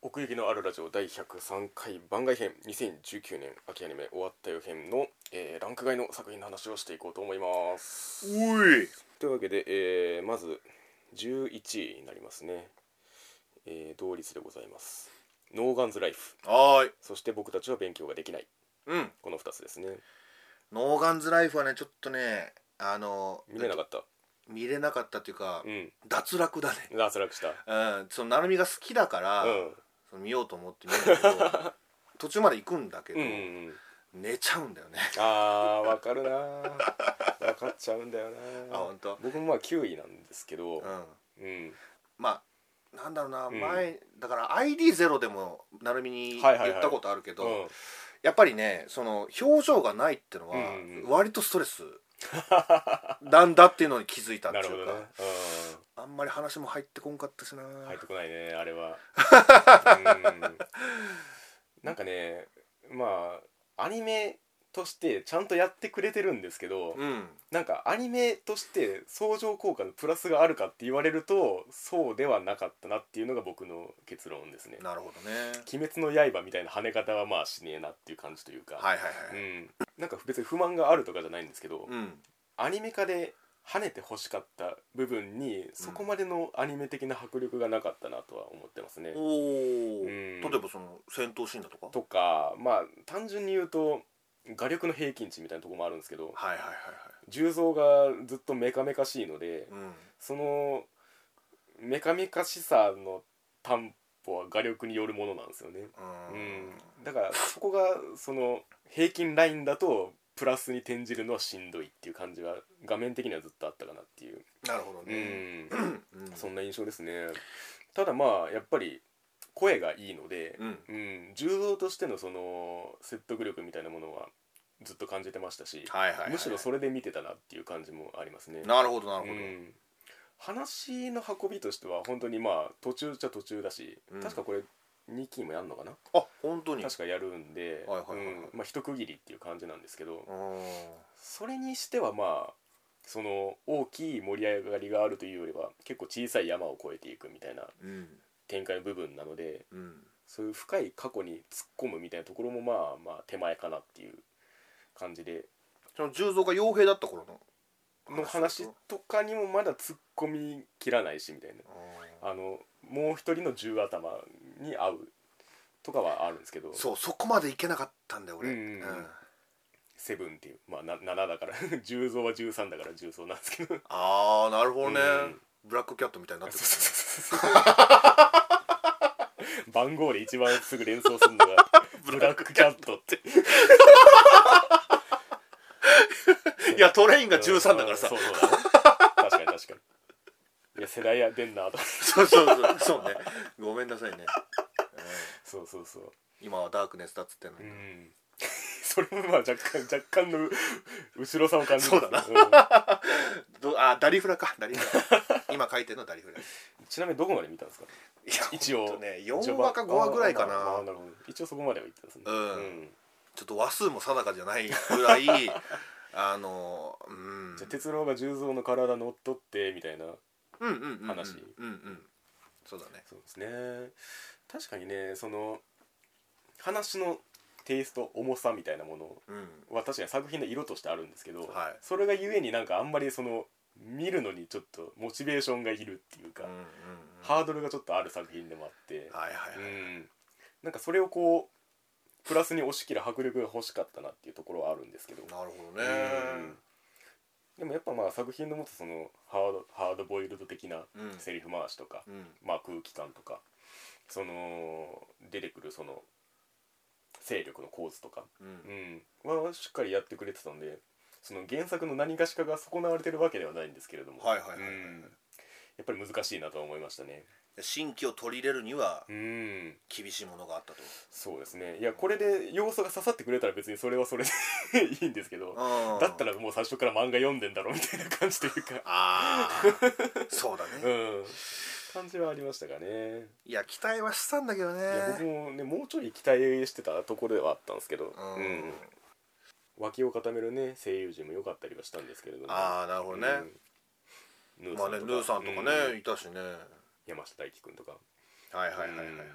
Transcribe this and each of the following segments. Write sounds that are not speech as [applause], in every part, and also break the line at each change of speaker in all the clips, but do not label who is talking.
奥行きのあるラジオ第103回番外編2019年秋アニメ終わったよ編の、えーランク外の作品の話をしていこうと思います
おい
というわけで、えーまず11位になりますね、えー同率でございますノーガンズライフ
はーい
そして僕たちは勉強ができない
うん
この2つですね
ノーガンズライフはねちょっとねあの
見れなかった
見れなかったというか、
うん
脱落だね
脱落した
うんその成美が好きだから、
うん
その見ようと思って見る
[laughs]
けど途中まで行くんだけど、
うんうんうん
寝ちゃうんだよね
あーわかるな分かっちゃうんだよな
あ本当
僕もまあ9位なんですけど
うん
うん
まあなんだろうな、
うん
前だから ID0 でも成美
は
に言
いはいはい
ったことあるけど、
うん
やっぱりねその表情がないってのは
うんうん
割とスト
[laughs]
レスなんだっていうのに気づいたってい
な
う
る
か、
ほどね、う
あんまり話も入ってこんかったしな、
ん、入ってこないねあれはうんなんかねまあアニメとしてちゃんとやってくれてるんですけど、
うん
なんかアニメとして相乗効果のプラスがあるかって言われるとそうではなかったなっていうのが僕の結論ですね
なるほどね
「鬼滅の刃」みたいな跳ね方はまあしねえなっていう感じというか、
はいは
う
いはい
ん、なんか別に不満があるとかじゃないんですけど、
うん、
アニメ化で跳ねて欲しかった部分にそこまでのアニメ的な迫力がなかったなとは思ってますね。
おお、
うん
例えばその戦闘シーンだとか
とかまあ単純に言うと画力の平均値みたいなとこもあるんですけど
はいはいはいは
銃像がずっとメカメカしいので
いうん
そのメカメカしさの担保は画力によるものなんですよね。
うん
うん、だからそこがその平均ラインだとプラスに転じるのはしんどいっていう感じが画面的にはずっとあったかなっていう、
なるほどね、
うん、
うんうん、
そんな印象ですねただまあやっぱり声がいいので、
うん
うん、柔道としてのその説得力みたいなものはずっと感じてましたし、
はいはいはい、
むしろそれで見てたなっていう感じもありますね。
なるほどなるほど、
うん話の運びとしては本当にまあ途中じゃ途中だし、
うん
確かこれ2期もやるのかな
あ本当に
確かやるんで、
はいはいはいはい
うんまあ、一区切りっていう感じなんですけど、
うん
それにしてはまあその大きい盛り上がりがあるというよりは結構小さい山を越えていくみたいな
うん
展開の部分なので
うん
そういう深い過去に突っ込むみたいなところもまあまあ手前かなっていう感じで
その十蔵が傭兵だった頃の
の話とかにもまだ突っ込みきらないしみたいな
うん
あのもう一人の銃頭に合うとかはあるんですけど
そうそこまでいけなかったんだよ俺、
うんうんうんセブンっていうまあな7だから [laughs] 10増は13だから10増なんですけど
[laughs]
[laughs]
ああなるほどね、
うん
ブラックキャットみたいになってる、
番号で一番すぐ連想するのがブラックキャットって
いやトレインが13だからさ、
そうそうだね確かに確かにいや世代や出んなと
[laughs] そうそうそうそうねごめんなさいね、うん
そうそうそう
今はダークネスだっつってんの
う
に、
んそれもまあ若干若干の後ろさを感じます
そうだ
な、
どあダリフラかダリフ [laughs] ラ今書いてるのはダリフラ
うんちなみにどこまで見たんですか
いや
一応
ほんとね4話か5話ぐらいか
あーあー
な
なるほど一応そこまでは行ったんですね
うんちょっと話数も定かじゃないぐらい [laughs] あのうん
じゃあ哲郎が十蔵の体乗っ取ってみたいな
うんうんうんうん
話
うんうんそうだね
そうですね確かにねその話のテイスト重さみたいなもの
うん
は確かに作品の色としてあるんですけど、
はい
それがゆえになんかあんまりその見るのにちょっとモチベーションがいるっていうか、
うんうんうん
ハードルがちょっとある作品でもあって、
はいはいはい、
うん、なんかそれをこうプラスに押し切る迫力が欲しかったなっていうところはあるんですけど、
なるほどね
でもやっぱまあ作品の持つそのハードハードボイルド的な
うん
セリフ回しとか、
うん
まあ、空気感とかその出てくるその勢力の構図とか、
うん
うん、はしっかりやってくれてたんでその原作の何がしかが損なわれてるわけではないんですけれども、
はいはいはいはいは
う
い
んやっぱり難しいなとは思いましたね。
新規を取り入れるには
うん
厳しいものがあったと
そうですねいやこれで要素が刺さってくれたら別にそれはそれで [laughs] いいんですけど
うん
だったらもう最初から漫画読んでんだろみたいな感じという
[laughs]
か
あ
[laughs]
あそうだね、
うん感じはありましたかね
いや期待はしたんだけどね
いや僕もねもうちょい期待してたところではあったんですけど、
うん
うん脇を固めるね声優陣も良かったりはしたんですけれども
ああなるほどね、
うんヌー
まあ
さんと
ね
か
ヌーさんとかね、
うん
いたしね
山下大輝くんとか
はいはいはいはいはい、
うん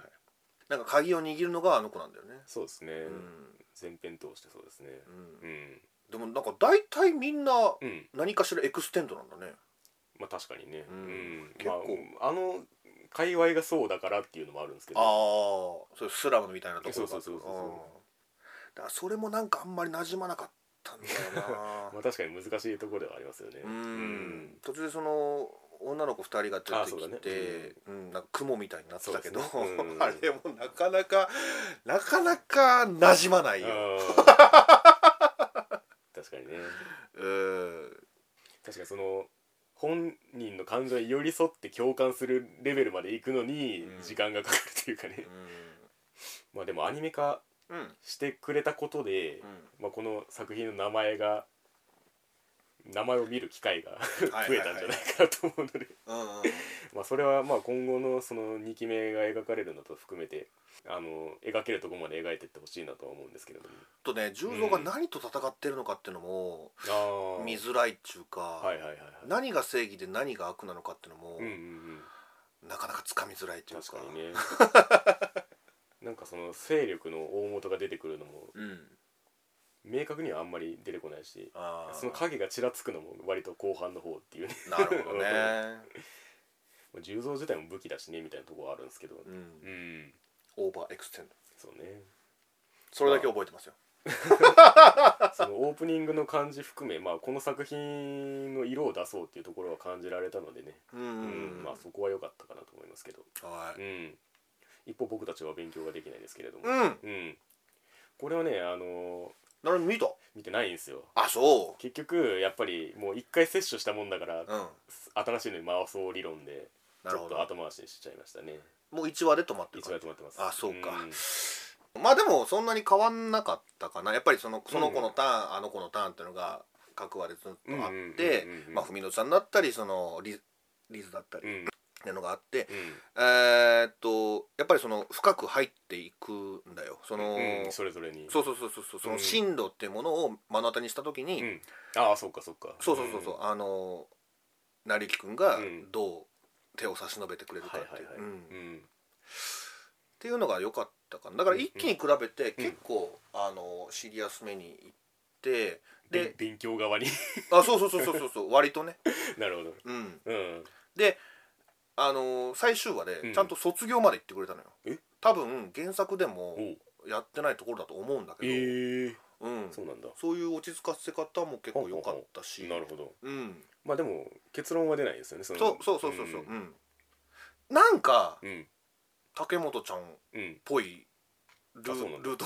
なんか鍵を握るのがあの子なんだよね
そうですね、
うん、
前編通してそうですね
うん、
うん
でもなんか大体みんな
うん
何かしらエクステンドなんだね
まあ確かにね、
う
うんん
結構
まあ、あの界隈がそうだからっていうのもあるんですけ
ああ
ど
そういうスラムみたいなところが
そうそうそうそうそう
うんだからそれもなんかあんまり馴染まなかったんだよ
[laughs]
な
まあ確かに難しいところではありますよね
うん、途中でその女の子2人が
あ
出
そうだね
てきてう、んなんか雲みたいになってたけど、
そうですねうん
[laughs] あれもなかなかなかなか馴染まない
うん
よ、
あー [laughs] 確かにね
うん、
確かにその本人の感情に寄り添って共感するレベルまで行くのに
うん
時間がかかるというかね、まあでもアニメ化
うんうん
してくれたことで、まあ、この作品の名前が名前を見る機会が
は
[laughs]
い
増えたんじゃないかなと思うので [laughs]
うん
まあそれはまあ今後のその2期目が描かれるのと含めてあの描けるところまで描いていってほしいなとは思うんですけれども
とね十三が何と戦ってるのかっていうのも
あ
見づらいっちゅうか、
はいはいはいはい
何が正義で何が悪なのかっていうのも、
うんうんうん
なかなかつかみづらいっていうか
確かにね [laughs] なんかその勢力の大元が出てくるのも
うん
明確にはあんまり出てこないし
あー
その影がちらつくのも割と後半の方っていうね [laughs]
なるほどね、
まあ銃造自体も武器だしねみたいなところはあるんですけど
う、
うんん
オーバーエクステンド
そうね
[laughs] それだけ覚えてますよ、
そのオープニングの感じ含め、まあ、この作品の色を出そうっていうところは感じられたのでね
うん
うんまあそこは良かったかなと思いますけど、
はい
うん、一方僕たちは勉強ができないですけれども、
うん
うん、これはね、あのー
なるほど見た
見てないんですよ
あそ
結局やっぱりもう一回摂取したもんだから、
ううん
新しいのに回そう理論で
な
ち
る
ょ
ほ
っと
ど
後回しにしちゃいましたね
もう1話で止まってる
一
か
応
ら
止まってます
あそうか
ん
まあでもそんなに変わんなかったかなやっぱりそのその子のターン、あの子のターンっていうのが各話でずっとあって
うんうんうんうんうん
まあ文乃ちゃんだったりそのリリズだったり
うん
っていうのがあって、
う
えーっとやっぱりその深く入っていくんだよその、
ん、うん、それぞれに
そうそうそうそうそうその
うん
進路っていうものを目の当たりにした時に、
うん、ああそうかそうか
そうそうそうそう、
ん
あの成幸君が
うん
どう手を差し伸べてくれる
は
か
い
っ
はいは
て
い
いう、うん
う
っ
ん
ていうのが良かったかなだから一気に比べて結構、あのシリアスめにいって
で
で
勉強側
[laughs]
に
あそうそうそうそうそうそう [laughs] 割とね、
なるほど
うん、
うん
であの最終話
う
で
ん
ちゃんと卒業まで行ってくれたのよ、
え
多分原作で
お
も
う
やってないところだと思うんだけど、
ええ
うん、
そうなんだ
そういう落ち着かせ方も結構良かったし
なるほど
うん、
まあでも結論は出ないですよねその
そうそうそうそうそう、うん、なんか
うんうん
竹本ちゃんっ
うん
ぽいル
あそうなんだ
ルート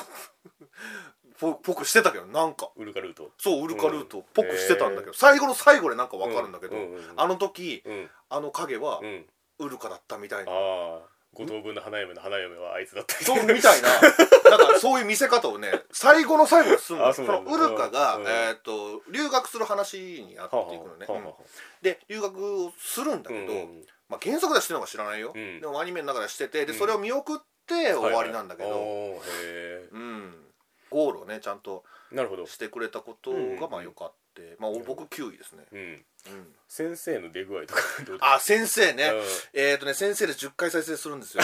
[laughs] ぽぽくしてたけどなんか
ウルカルート
そうウルカルートっぽくしてたんだけど、
へー
最後の最後でなんかわかるんだけど、
うんうんうんうん
あの時
うん
あの影は
うん
ウルカだったみたいな、
ああ五等分の花嫁の花嫁はあいつだった
そうみた
[laughs]
いなだからそういう見せ方をね最後の最後にすんの
あ
そ
そうな
の
んだ
ウルカが、
うん
えー、と留学する話になって
はあはい
くのね、
あはあ
うん
はあ
で留学をするんだ
う
け
ん
ど、
うん
まあ、原作ではしてるのか知らないよ、
うん
でもアニメの中ではしててで
うん
それを見送って終わりなんだけど、
はいはいおーへ
うん、ゴールをねちゃんと
えなるほど
してくれたこと
うん
がまあ良かった、まあ俺僕9位ですね、
うん
うん、
先生の出具合とか [laughs] どうだ
あ先生ね、
うん
えっ、とね先生で10回再生するんです
[laughs]
よ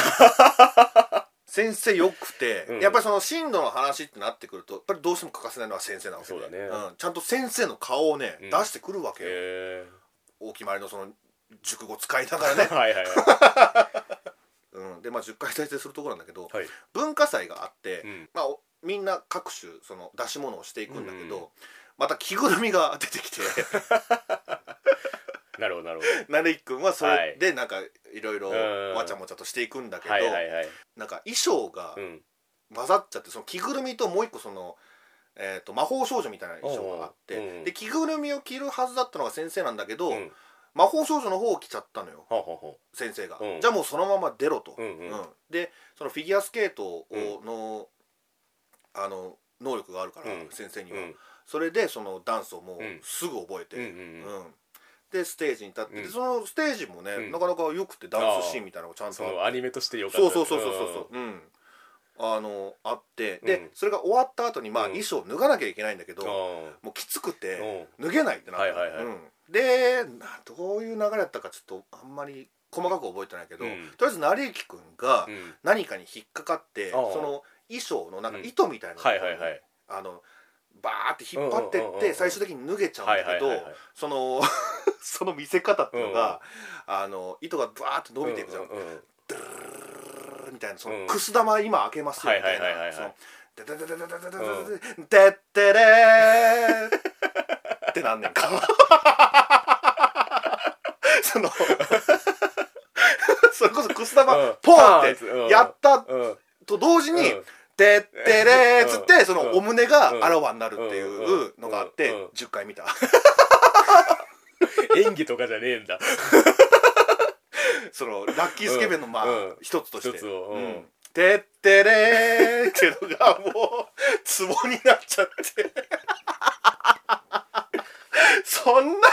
先生よくて、
うん
やっぱりその進路の話ってなってくるとやっぱりどうしても欠かせないのは先生なわけで
そうだね
ん、ちゃんと先生の顔をね、
うん
出してくるわけよ、
へ
お決まりのその熟語使いながら
え [laughs]
ね、
はいはいはい
うん、でまあ10回再生するところなんだけど、
はい
文化祭があって、
うん
まあ、おみんな各種その出し物をしていくんだけど、
うん
また着ぐるみが出てきて
なるほどなるほ
成井君はそれでなんかいろいろ
うん
わちゃもちゃとしていくんだけ
ど
ど、
はいはいはい
なんか衣装が
うん
混ざっちゃってその着ぐるみともう一個その、えー、と魔法少女みたいな衣装があって、
うんうん
で着ぐるみを着るはずだったのが先生なんだけど、
うん
魔法少女の方を着ちゃったのよ
はあはあは
先生が、
うん
じゃあもうそのまま出ろと。
あうんうん
うんでそのフィギュアスケートをの,、あの能力があるから、
うん
先生に
う
は、
ん
それでそのダンスをも
う
う
ん
すぐ覚え
うんう
て、うん
ん
でステージに立って、
うん
でそのステージもね、
うん
なかなかよくてダンスシーンみたいなのがちゃ
うんん
と
その
あっ
アニメとしてよ
て
かった
そうそうそうそうそううんあのあってで、
うん
それが終わった後にまあ
うん
衣装脱がなきゃいけないんだけど、
うんあ
もうきつく
ー
て
うん
脱げないってなって、
はいはいはい
うんでなどういう流れだったかちょっとあんまり細かく覚えてないけど、
うん
とりあえず成幸君が
うん
何かに引っかかって、
ああ
その衣装のなんか糸みたいなのを
はいはいはい
あのバーって引っ張って
うんうん
っ
うんうん
て最終的に脱げちゃうん
は
だ
いは
け
いはいは
ど
い
そのその見せ方っていうのが、あの糸がバーって伸びていくじゃん
う、んうんうん
みたいなそ
うん
のくす玉今開けますよみた
は
い
いはいはいはいは
ないその「ダダダダダダダダダダッテレー」ってなんねんかそのそれこそくす玉
うん
ポンっ
パーンって
てやった
うんうん
と同時に
うん
「テッテレー」っつっ
うん
てそのお胸
うん
があらわになるってい
ん
う
うん
のがあっ
うん
て10回見た
演技とかじゃねえ
[laughs]
んだ
そのラッキースケベのまあ
うん
一つとして
一つをうん
うんてってれーっていうのがもうツボになっちゃって [laughs] そんな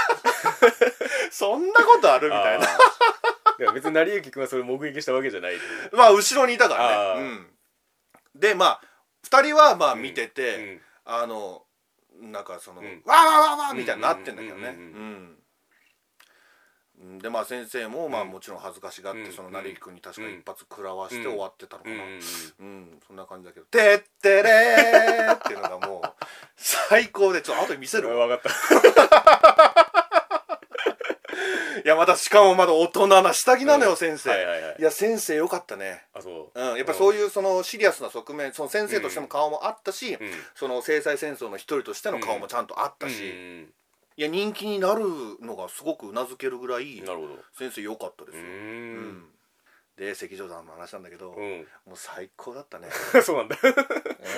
そんなことあるみたいな
あーいや別に成幸君はそれ目撃したわけじゃない
[laughs] まあ後ろにいたから
あー、
ねうん、でまあ2人はまあ
うん
見て
う
て、
ん
あのなんかその、
うん
わーわーわーわーみたいになってんだけどね
う
う
う
ん
ん
うんでまあ先生もまあ
うん
もちろん恥ずかしがって、
うん
その成く君に確か一発食らわして終わってたのか
う
な、
んうんうん
うん、そんな感じだけど「てってれー」っていうのがもう最高でちょっと後で見せるわ
分かった
いやまたしかもまだ大人な下着なのよ、
うん
先生、
はい
い
はいはい
や先生よかったね
あそう
うん、やっぱそう
い
いうそのシリアスな側面その先生としての顔もあったし、
うん
その制裁戦争の一人としての顔もちゃんとあった
うん
し、い
うん
や人気になるのがすごくうなずけるぐらい
なるほど
先生良かったで
う
すよ、う
ーん
んで関城さんの話なんだけど、も
う
う最高だったね、
ん [laughs] そうなんだ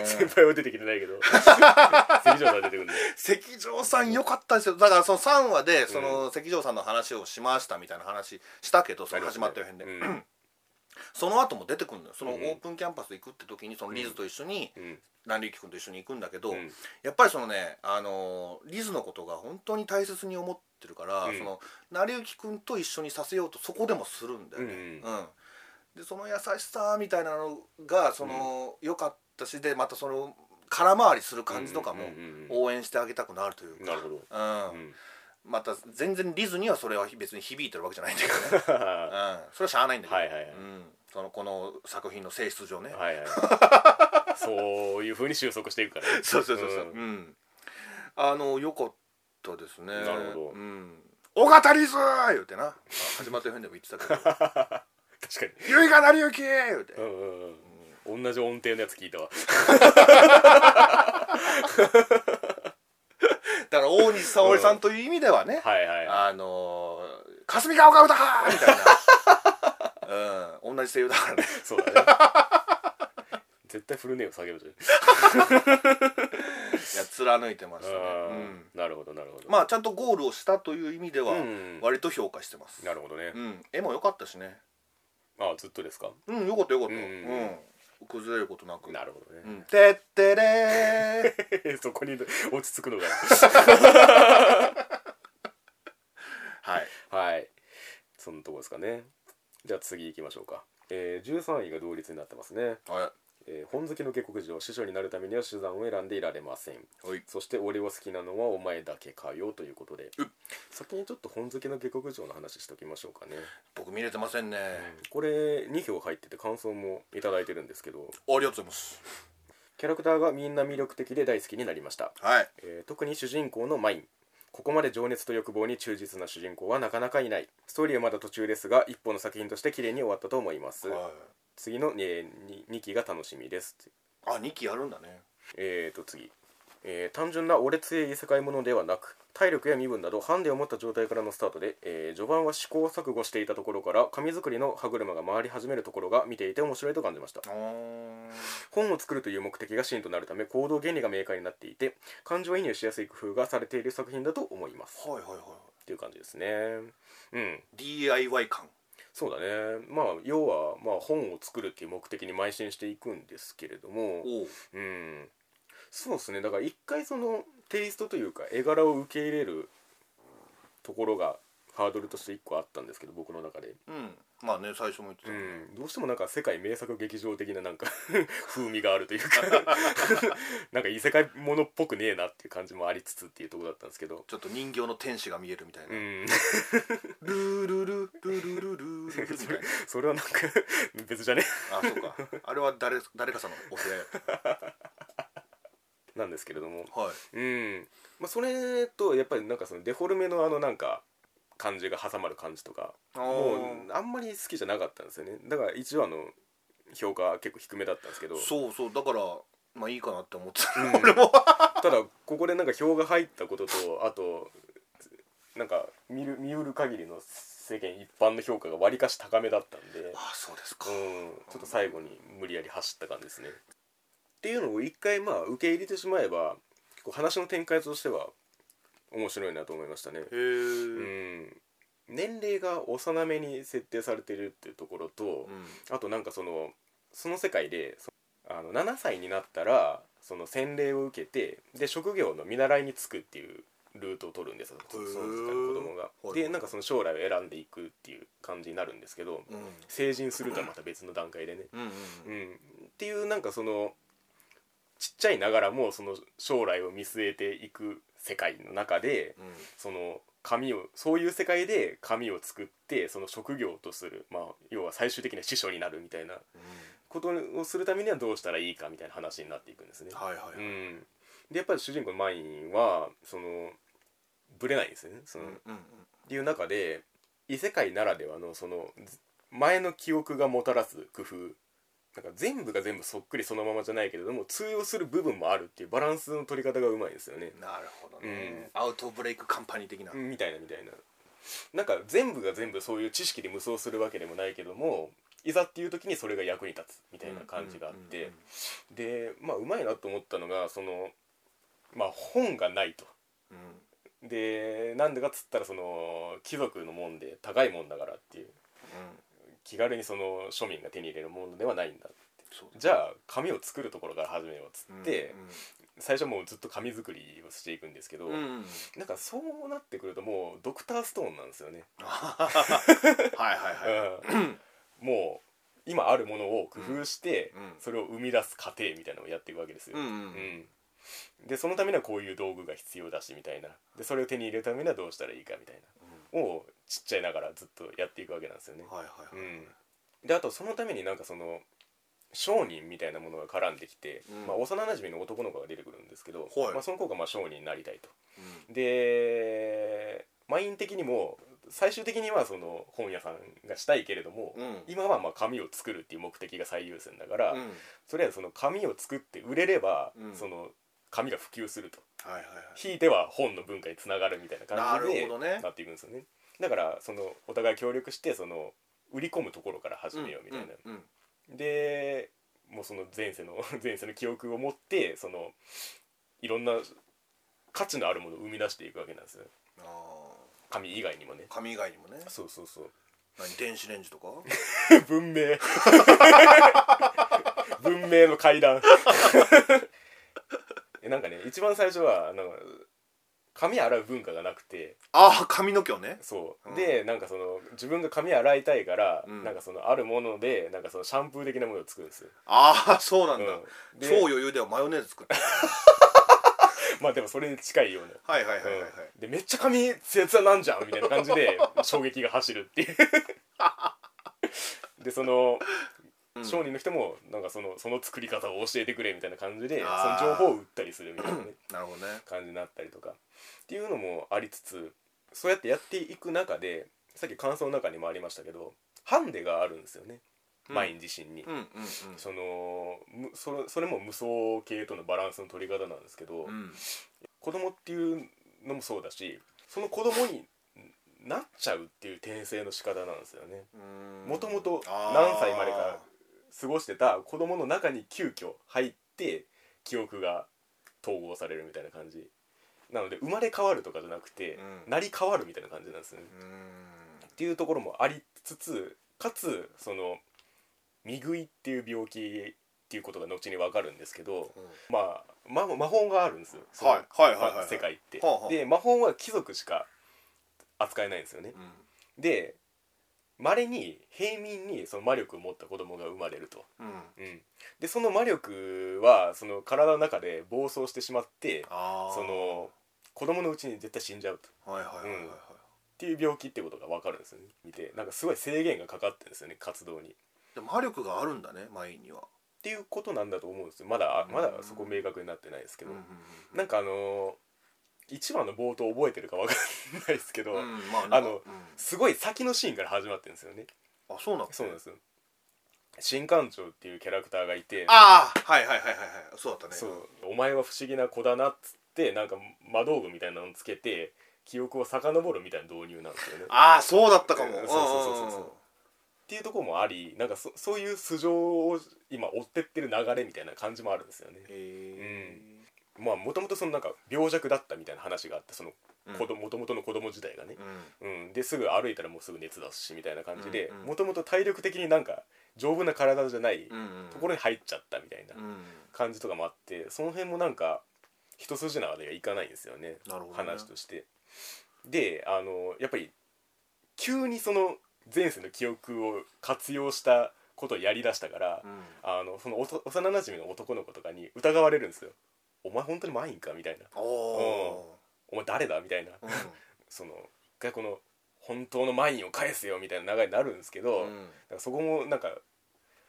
先輩は出てきてないけど関城さん出てくるんだ
[laughs] 関城さん良かったですよだからその3話でその関城さんの話をしましたみたいな話したけどその始まった辺で、
うんうん
その後も出てくるのよその
う
オ
ん
ープンキャンパス行くって時にそのリズと一緒に
うん
蘭く君と一緒に行くんだけど、
うん
やっぱりそのね、あのーリズのことが本当に大切に思ってるから、
うん
その成幸君と一緒にさせようとそこでもするんだよね。
う
うんでその優しさみたいなのがその、良かったしでまたその空回りする感じとかも
うんうんうん
応援してあげたくなるという
う
か
ん。なるほど
うん
うん [laughs]
また全然リズにはそれは別に響いてるわけじゃないんだけどね、うん、
は
それはしゃあないんだけど、
はいはいはい
うん、そのこの作品の性質上ね、
いはいそういう風に収束していくからね
[laughs] そうそうそうそう。
う
うん。あの良かったですね。
なるほど
うん。尾形リズー言うてな。あ始まった辺でも言って
[laughs]
たけど。
確か
結が成幸言うて
に。うんうんうん同じ音程のやつ聞いたわ
だから大西沙織さんという意味ではね。
はいはいは
あのー霞ヶ丘歌みたい
[laughs]
な。うん。同じ声優だからね。
いそうだね絶対フルネーム下げるじゃん
いや貫いてましたね。う
あー
ん。
なるほどなるほど
まあちゃんとゴールをしたという意味では
うん
割と評価してます。
なるほどね
うん。絵も良かったしね。
あずっとですか
うん。良かった良かった。
う
うんん。崩れることなく。
なるほどね
うんてってれー
[laughs] そこに落ち着くのが
はい
はいそのとこですかねじゃあ次行きましょうか、えー、13位が同率になってますね、
は
えー本好きの下克上師匠になるためには手段を選んでいられません
いはい
そして俺を好きなのはお前だけかよということで
うっ
先にちょっと本好きの下克上の話しときましょうかね、
僕見れてませんね、
これ2票入ってて感想もいただいてるんですけど
ありがとうございます
キャラクターがみんな魅力的で大好きになりました
はい
えー特に主人公のマインここまで情熱と欲望に忠実な主人公はなかなかいないストーリーはまだ途中ですが一本の作品として綺麗に終わったと思います、次の、え2期が楽しみです
あ二期やるんだね
えーと次、えー単純な俺強い異世界ものではなく体力や身分などハンデを持った状態からのスタートで、えー序盤は試行錯誤していたところから紙作りの歯車が回り始めるところが見ていて面白いと感じました
あー
本を作るという目的が真となるため行動原理が明快になっていて感情移入しやすい工夫がされている作品だと思います
はいはいはい
っていう感じですねうん
DIY 感
そうだねまあ要はまあ本を作るっていう目的に邁進していくんですけれども
おう
うんそうですねだから一回そのテイストというか絵柄を受け入れるところがハードルとして1個あったんですけど僕の中で、
うんまあね最初も言ってた
う
けど、
ん、どうしてもなんか世界名作劇場的ななんか [laughs] 風味がある [laughs] というかなんか異世界ものっぽくねえなっていう感じもありつつっていうところだったんですけど
ちょっと人形の天使が見えるみたいな、
うん [laughs]
ルールルルルルルルルみたいな
それはなんか別じゃね
あそうかあれは誰誰かさんのお部屋やっ
なんですけれども
たはい
うん、まあ、それとやっぱりなんかそのデフォルメのあのなんか感じが挟まる感じとかも
も
うあんまり好きじゃなかったんですよねだから一応あの評価は結構低めだったんですけど
うそうそうだからまあいいかなって思ってた、
うん
俺も
ただここでなんか票が入ったこととあとなんか見る見うる限りの世間一般の評価がわりかし高めだったんで、
あそうですか、
うん、ちょっと最後に無理やり走った感じですね。っていうのを一回まあ受け入れてしまえば結構話の展開としては面白いなと思いましたね。
へえ、
うん、年齢が幼めに設定されてるっていうところと、
うん
あとなんかそのその世界でそあの7歳になったらその洗礼を受けてで職業の見習いに就くっていうルートを取るんですよその
ー
世界の子供が
はい。
でなんかその将来を選んでいくっていう感じになるんですけど
うん
成人するとはまた別の段階でね。
うん
うん、っていうなんかそのちっちゃいながらもその将来を見据えていく世界の中で、
うん
その紙をそういう世界で紙を作ってその職業とする、まあ、要は最終的には師匠になるみたいなことをするためにはどうしたらいいかみたいな話になっていくんですね。
はいは
う
い、
ん、でやっぱり主人公のマインはそのぶれないんですよね。そのっ
うん
ていう中で異世界ならではのそのず前の記憶がもたらす工夫なんか全部が全部そっくりそのままじゃないけれども通用する部分もあるっていうバランスの取り方がうまいんですよね。
なるほどね、アウトブレイクカンパニー的な、
みたいなみたいななんか全部が全部そういう知識で無双するわけでもないけどもいざっていう時にそれが役に立つみたいな感じがあってでまあうまいなと思ったのがそのまあ本がないと。
うん
でなんでかっつったらその貴族のもんで高いもんだからっていう
うん
気軽にその庶民が手に入れるものではないんだ
そう
じゃあ紙を作るところから始めようっつ
うん
って、最初もうずっと紙作りをしていくんですけど、
うんうん、
なんかそうなってくるともうドクターストーンなんですよね
はいはいはい、
うん、もう今あるものを工夫して、
うんうん
それを生み出す過程みたいなのをやっていくわけですよ。
うんうん
うんでそのためにはこういう道具が必要だしみたいなでそれを手に入れるためにはどうしたらいいかみたいなをちっちゃいながらずっとやっていくわけなんですよね。
はいはいはい、
うん、であとそのためになんかその商人みたいなものが絡んできて、
うん
まあ、幼馴染の男の子が出てくるんですけど、
はい
まあ、その子がまあ商人になりたいと。
うん
でマイン的にも最終的にはその本屋さんがしたいけれども、
うん
今はまあ紙を作るっていう目的が最優先だから、
うん
とりあえずその紙を作って売れれば、
うん
その紙が普及すると
はいはいはい
ひいては本の文化につながるみたいな感じ
な
で
るほどね
なっていくんですよねだからそのお互い協力してその売り込むところから始めようみたいな、
うんうん
でもうその前世の [laughs] 前世の記憶を持ってそのいろんな価値のあるものを生み出していくわけなんですよ
あー
紙以外にもね
紙以外にもね
そうそうそう
何電子レンジとか
文明 [laughs] 文明の階段 [laughs] えなんかね一番最初はなんか髪洗う文化がなくて
ああ髪の毛をね
そう、
うん
でなんかその自分が髪洗いたいから、
うん
なんかそのあるものでなんかそのシャンプー的なものを作るんですよ、
ああそうなんだ、
うん、
超
で
余裕ではマヨネーズ作って
まあでもそれに近いような
はいはいはいはいはい、
うんでめっちゃ髪ツヤツヤなんじゃんみたいな感じで衝撃が走る
[laughs]
っていうでその
うん
商人の人もなんかそのその作り方を教えてくれみたいな感じでそ
あー
の情報を売ったりするみたいなね
[clears throat] なるほどね
感じになったりとかっていうのもありつつそうやってやっていく中でさっき感想の中にもありましたけどハンデがあるんですよね、
うん
マイン自身に、
うんうんうん
そのむそれそれも無双系とのバランスの取り方なんですけど、
うん
子供っていうのもそうだしその子供になっちゃうっていう転生の仕方なんですよねもともと何歳までか過ごしてた子供の中に急遽入って記憶が統合されるみたいな感じなので生まれ変わるとかじゃなくて、
うん
成り変わるみたいな感じなんですよね、
うーん
っていうところもありつつかつその身食いっていう病気っていうことが後に分かるんですけど、まあ、ま魔法があるんですよ、その
はいはいはいはいはい
世界って、
はあはあ
で魔法は貴族しか扱えないんですよね
う。ん
で稀に平民にその魔力を持った子供が生まれると。
うん
うん、でその魔力はその体の中で暴走してしまって
ああ
その子供のうちに絶対死んじゃうと。
はいはいはいはいはい、
うんっていう病気ってことが分かるんですよね見てなんかすごい制限がかかってるんですよね活動に。っ
でも魔力があるんだね前には、
ていうことなんだと思うんですよまだ
うん
まだそこ明確になってないですけ
うん
ど、
うんうん
なんかあのー、1話の冒頭覚えてるか分かんないですけど、
うんまあなんか
あの
うん
すごい先のシーンから始まってるんですよね
あそうなんだね
そうなんですよ新館長っていうキャラクターがいて
ああはいはいはいはいはいそうだったね
そうお前は不思議な子だなっつってなんか魔道具みたいなのつけて記憶を遡るみたいな導入なんですよねっ
ああそうだったかも、
うんそうそうそうそう
うんんん
ていうところもありなんかそそういう素性を今追ってってる流れみたいな感じもあるんですよね
へ
まあもともとそのなんか病弱だったみたいな話があってその
え
子供もともとの子供時代がね
うん、
うん、ですぐ歩いたらもうすぐ熱出すしみたいな感じで
うんうん
もともと体力的になんか丈夫な体じゃない
うんうん、
ところに入っちゃったみたいな
うん、
感じとかもあってその辺もなんか一筋縄ではいかないんですよね
なるほどね
話として。であのやっぱり急にその前世の記憶を活用したことをやりだしたから、
うん、
あのそのおと幼なじみの男の子とかに疑われるんですよ。お前本当にマインかみたいな
おお
お前誰だみたいな
ー、
その一回この本当のマインを返すよみたいな流れになるんですけど、
うん
だ
うん
からそこもなんか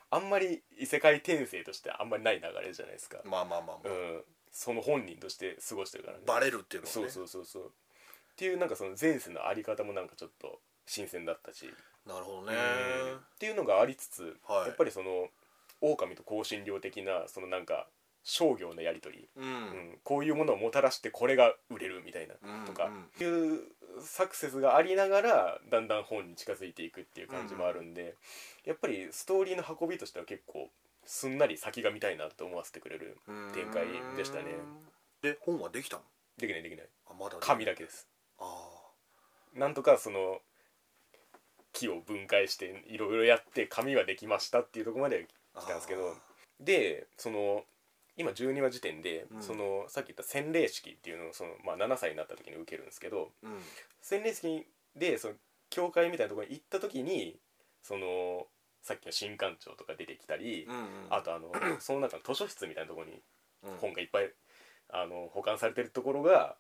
あんまり異世界転生としてあんまりない流れじゃないですか、
まあまあまあ、
う
ま
ん
あ
その本人として過ごしてるからね
バレるっていうのもね
そうそうそうそうっていうなんかその前世のあり方もなんかちょっと新鮮だったし、
なるほどね
うんっていうのがありつつ、
はい
やっぱりその狼と香辛料的なそのなんか商業のやり取り、
うん、うん
うん、こういうものをもたらしてこれが売れるみたいな、とか
うん
いうサクセスがありながらだんだん本に近づいていくっていう感じもあるんで、やっぱりストーリーの運びとしては結構すんなり先が見たいなと思わせてくれる
うん
展開でしたね
で本はできたの
できないできない
あまだ
紙だ
け
けです
あ
なんとかその木を分解していろいろやって紙はできましたっていうところまで
あ
来たんですけどでその今12話時点で、
うん
そのさっき言った洗礼式っていうのをその、まあ、7歳になった時に受けるんですけど、
うん
洗礼式でその教会みたいなところに行った時にそのさっきの新館長とか出てきたり、
うん
あ
[clears throat]
とあのその中の図書室みたいなところに
うん
本がいっぱい、あの保管されてるところが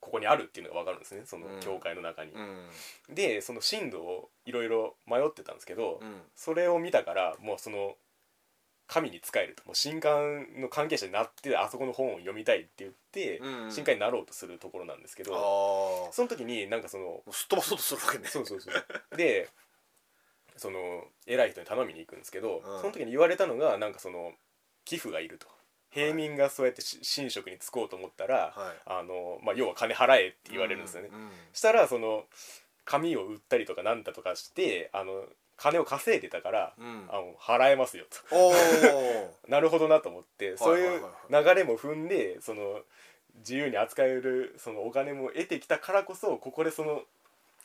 ここにあるっていうのが分かるんですねその
うん
教会の中に。
うん
でその進路をいろいろ迷ってたんですけど、
うん
それを見たからもうその神に仕えるともう神官の関係者になってあそこの本を読みたいって言って、
うんうん
神官になろうとするところなんですけ
ああ
どその時になんかその
すっ飛ばそうとするわけね
[laughs] そうそうそうでその偉い人に頼みに行くんですけど、
うん
その時に言われたのがなんかその寄付がいると平民がそうやってし神職に就こうと思ったら、
はい
あのまあ、要は金払えって言われるんですよね、
ううん
したらその紙を売ったりとかなんだとかしてあの金を稼いでたから、
うん
あの払えますよと
おお
[laughs] なるほどなと思って、そう
はいはいいは
う流れも踏んでその自由に扱えるそのお金も得てきたからこそここでその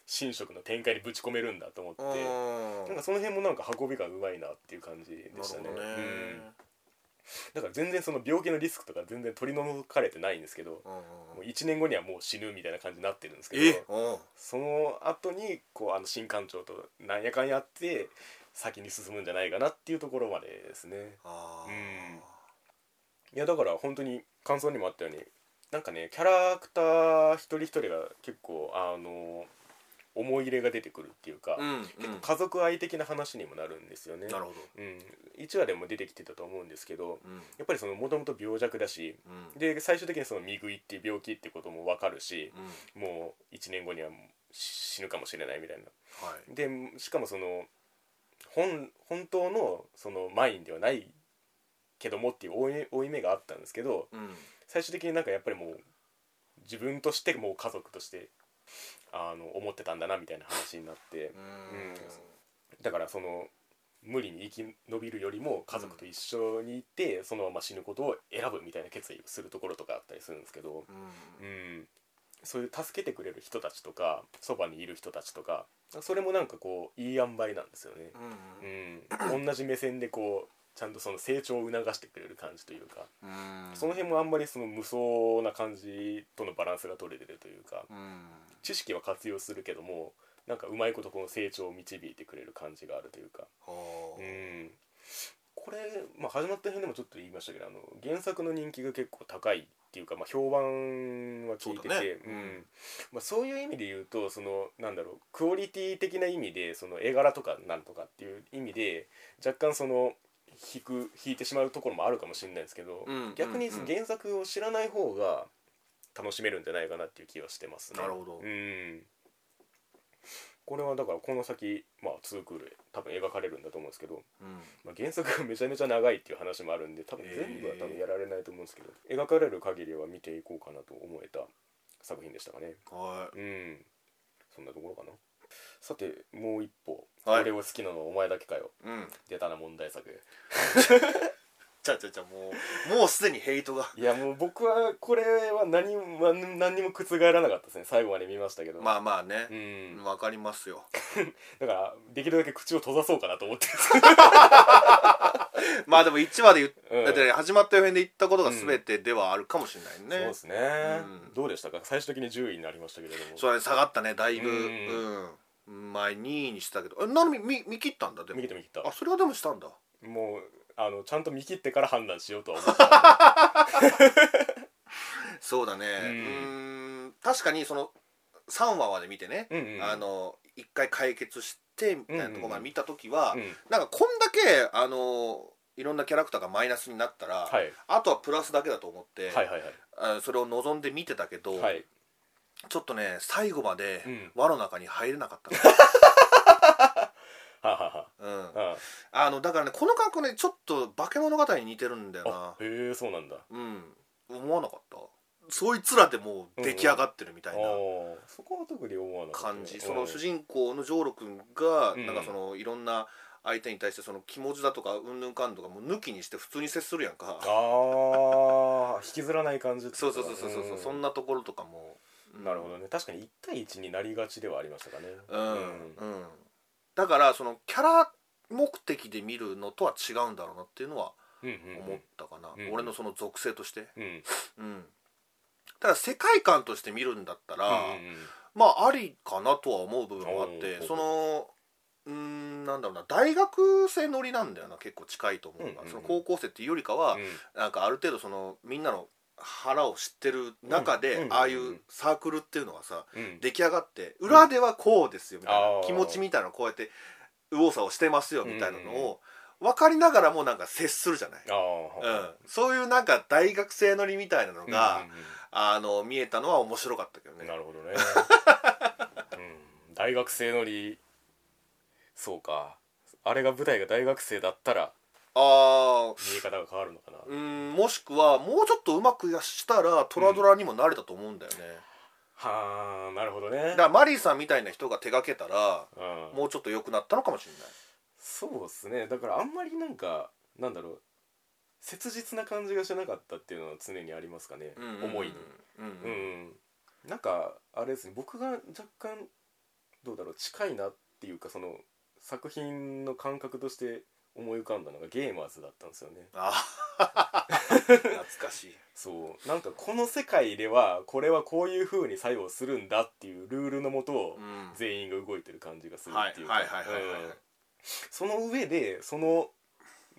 新色の展開にぶち込めるんだと思ってなんかその辺もなんか運びがうまいなっていう感じでしたね
なるほど
う
ね
ん、だから全然その病気のリスクとか全然取り除かれてないんですけど
うん
もう1年後にはもう死ぬみたいな感じになってるんですけ
え
ど
うん
その後にこうあの新館長となんやかんやって先に進むんじゃないかなっていうところまでですね。
あ
うんいやだから本当に感想にもあったようになんかねキャラクター一人一人が結構あの思い入れが出てくるっていうか、
あうんうん
結構家族愛的な話にもなるんですよね
なるほど
うん、1話でも出てきてたと思うんですけど
うん
やっぱりそのもともと病弱だし
うん
で最終的にその未食いっていう病気ってことも分かるし
うん
もう1年後にはもう死ぬかもしれないみたいな
はい
でしかもその本本当のそのマインではないけどもっていう負い負い目があったんですけど
うん
最終的になんかやっぱりもう自分としてもう家族としてあの思ってたんだなみたいな話になって
うん
だからその無理に生き延びるよりも家族と一緒にいてそのまま死ぬことを選ぶみたいな決意をするところとかあったりするんですけど、
うん
うん、そういう助けてくれる人たちとかそばにいる人たちとかそれもなんかこういい塩梅なんですよね、
うん
うん、同じ目線でこうちゃんとその成長を促してくれる感じというか
うん
その辺もあんまりその無双な感じとのバランスが取れてるというか
うん
知識は活用するけどもなんかうまいことこの成長を導いてくれる感じがあるというか
ほ
う
うん
これ、まあ、始まった辺でもちょっと言いましたけどあの原作の人気が結構高いっていうか、まあ、評判は聞いてて
そうだね
う
うんん
まあ、そういう意味で言うとそのなんだろうクオリティ的な意味でその絵柄とかなんとかっていう意味で若干その引く引いてしまうところもあるかもしれないですけど、
うん
逆に
うんうん
原作を知らない方が楽しめるんじゃないかなっていう気はしてますね。
なるほど
うんこれはだからこの先、まあ、2クール多分描かれるんだと思うんですけど、
うん
まあ、原作がめちゃめちゃ長いっていう話もあるんで多分全部は多分やられないと思うんですけど、描かれる限りは見ていこうかなと思えた作品でしたかね
は
うんそんなところかなさてもう一歩、
はい
俺を好きなのはお前だけかよ
いうん
出たな問題作
ちゃちゃちゃもうもうすでにヘイトが
いやもう僕はこれは何も何にも覆らなかったですね最後まで見ましたけど
まあまあね
うん
わかりますよ
だからできるだけ口を閉ざそうかなと思って
まあでも1話で言っ
うん
[laughs] だって始まった予編で言ったことが全てではあるかもしれない
そ
ね、
うですね、
うん
どうでしたか最終的に10位になりましたけれども
それ下がったねだいぶ
うん
うん前2位にしてたけどえなるみ見見切ったんだでも
見切った見切った
あそれはでもしたんだ
もうあのちゃんと見切ってから判断しようとは思った
そうだね
う
うんんん確かにその3話まで見てね、
うんうんうん
あの1回解決してみたいなところまで見た時は、
うん
なんかこんだけあのいろんなキャラクターがマイナスになったら、
はい
あとはプラスだけだと思って、
はいはいは
あそれを望んで見てたけど、
いはい
ちょっとね最後まで
うん
輪の中に入れなかっ
[laughs]
たね、
はは
う
は
ん
は
あのだからねこの感覚ねちょっと化け物語に似てるんだよ
あ
な
へえそうなんだ
うん思わなかったそいつらでもう出来上がってるみたいな
おそこは特に思わなかったね
感じ、その主
人
人公のジョーロ君が、
うん
なんかそのいろんな相手に対してその気持ちだとかうんぬんかんとかもう抜きにして普通に接するやんか
ああ引きずらない感じってこ
そう
と
そう
だ
そうそうそう、
ん
そんなところとかも、うん
なるほどね確かに1対1になりがちではありましたかね
うん、うんだからそのキャラ目的で見るのとは違うんだろうなっていうのは
うん
思ったかな、
うんうん
俺のその属性として
うんうん
うん、ただ世界観として見るんだったら、
うんうん
まあありかなとは思う部分もあっ
お
て
う
そのうーんなんだろうな大学生乗りなんだよな結構近いと思う
うんう
が、
んうん
その高校生っていうよりかは、
うん
なんかある程度そのみんなの腹を知ってる中
うんうんう
で
ん
ああいうサークルっていうのはさ
うん
出来上がって裏ではこうですよみたい
あー
な気持ちみたいなのこうやって右往左往してますよみたいなのを分かりながらもなんか接するじゃない、
あ
う
あ
ん、そういうなんか大学生乗りみたいなのが、
うんうんうん
あの見えたのは面白かったけどね
なるほど
[laughs]
ね、うん、大学生乗りそうかあれが舞台が大学生だったら
ああ
見え方が変わるのかな、
うんもしくはもうちょっとうまくやしたらトラドラにもなれたと思うんだよね、
はあなるほどね
だからマリーさんみたいな人が手がけたら
うん、
もうちょっと良くなったのかもしれない
そうですねだからあんまりなんかなんだろう切実な感じがしなかったっていうのは常にありますかね、思いに、
うん
うんなんかあれですね僕が若干どうだろう近いなっていうかその作品の感覚として思い浮かんだのがゲーマーズだったんですよね
あ
[laughs]
懐かしい
そうなんかこの世界ではこれはこういう風に作用するんだっていうルールのもと
うん
全員が動いてる感じがする
はい
っていうか
はいはいはいはい
うんその上でその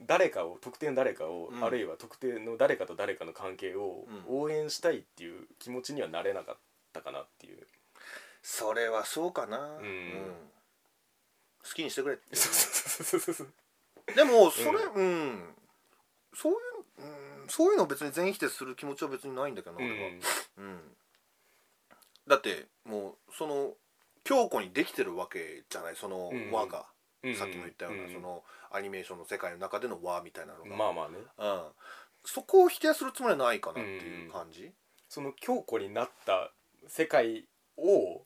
誰かを特定の誰かを、
うん
あるいは特定の誰かと誰かの関係を
う
応援したいっていう気持ちにはなれなかったかなっていう、
それはそうかなうん好きにしてくれって
そうそうそうそうそう
でもそれうん、そういううんそういうのを別に全否定する気持ちは別にないんだけどな
う
俺は、
ん
うん、だってもうその強固にできてるわけじゃないその
うん
輪が、
うん
さっきも言ったような、
ん
そのアニメーションの世界の中での輪みたいなのが、
まあまあね
うん、そこを否定するつもりはないかなっていう感じ、
その強固になった世界を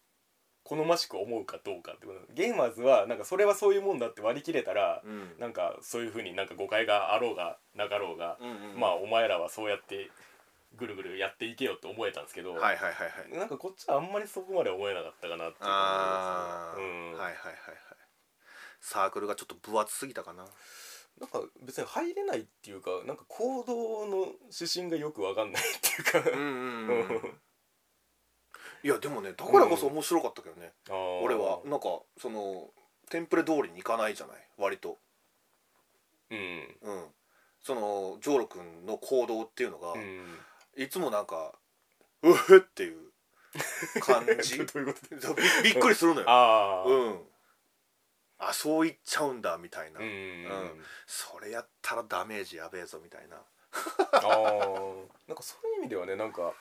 好ましく思うかどうかってことゲーマーズはなんかそれはそういうもんだって割り切れたら、
うん
なんかそういうふうになんか誤解があろうがなかろうが、
うんうん
まあお前らはそうやってぐるぐるやっていけよと思えたんですけど、
はいはいはいはい
なんかこっちはあんまりそこまで思えなかったかなっていう感
ああ、
じですねうん
はいはいはいはいサークルがちょっと分厚すぎたかな
なんか別に入れないっていうかなんか行動の指針がよくわかんないっていうか、
うんうんうんうんいやでもねだからこそ面白かったけどね、
あー
俺はなんかそのテンプレ通りにいかないじゃない割と
うん
うんそのジョーロ君の行動っていうのが、
うん
いつもなんか「うふっ」っていう感
[laughs]
じ
どういうこと
びびっくりするのよ
ああ
うんあそう言っちゃうんだみたいな、
うん、
んそれやったらダメージやべえぞみたいな
ああ [laughs] なんかそういう意味ではねなんか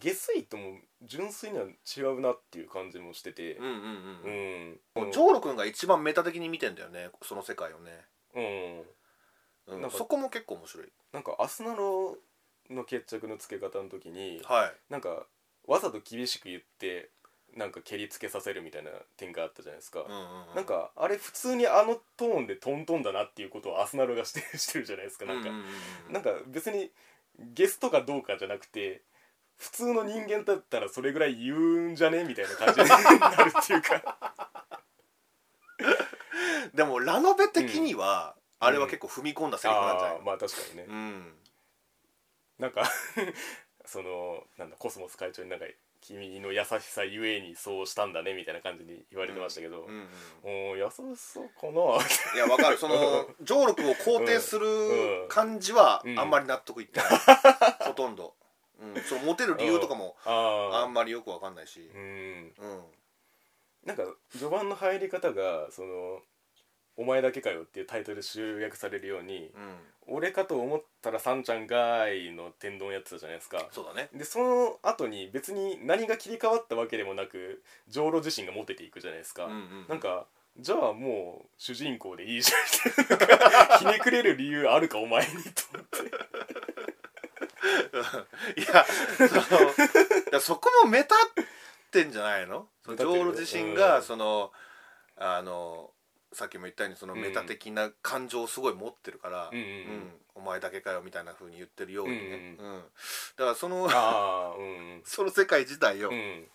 下水とも純粋には違うなっていう感じもしてて
うんうん
うん、
もうジョーロ君が一番メタ的に見てんだよねその世界をね、
うん
うん
なんか
そこも結構面白い
なんかアスナロの決着のつけ方の時に
はい
なんかわざと厳しく言ってなんか蹴りつけさせるみたいな点があったじゃないですか、
うんうんうん
なんかあれ普通にあのトーンでトントンだなっていうことをアスナロがしてしてるじゃないですかなんか、
ううう
なんか別にゲスとかどうかじゃなくて普通の人間だったらそれぐらい言うんじゃねみたいな感じになる
[laughs]
っていうか
でもラノベ的には、あれは結構踏み込んだセリフなんじゃない
あーまあ確かにね、
うん
なんか [laughs] そのなんだコスモス会長になんか「君の優しさゆえにそうしたんだね」みたいな感じに言われてましたけど、
うんうん
おー優しさか
[laughs]
な
いやわかるそのジョーロ君を肯定する
うん
感じは
うん
あんまり納得いって
[laughs]
ない、ほとんど、うん、そのモテる理由とかもあ
あ
んまりよくわかんないし
ーうん
うん
なんか序盤の入り方がその「お前だけかよ」っていうタイトルで集約されるように
うん
「俺かと思ったらさんちゃんがーい」の天丼やってたじゃないですか
そうだね
でその後に別に何が切り替わったわけでもなく上路自身がモテていくじゃないですか、
うんうん
なんかじゃあもう主人公でいいじゃんみたいなな
[laughs]
んかひねくれる理由あるかお前にと思って
[laughs] いやそ
[laughs]
のいやそこもメタってんじゃないのその
メタ
ジ
っ
ョ
てる
ーロ自身
う
が
ん
そのあのさっきも言ったようにそのメタ的な感情をすごい持ってるから、
うんうん
お前だけかよみたいな風に言ってるようにね、
う
うんだからその [laughs]
ああうん
その世界自体を
うん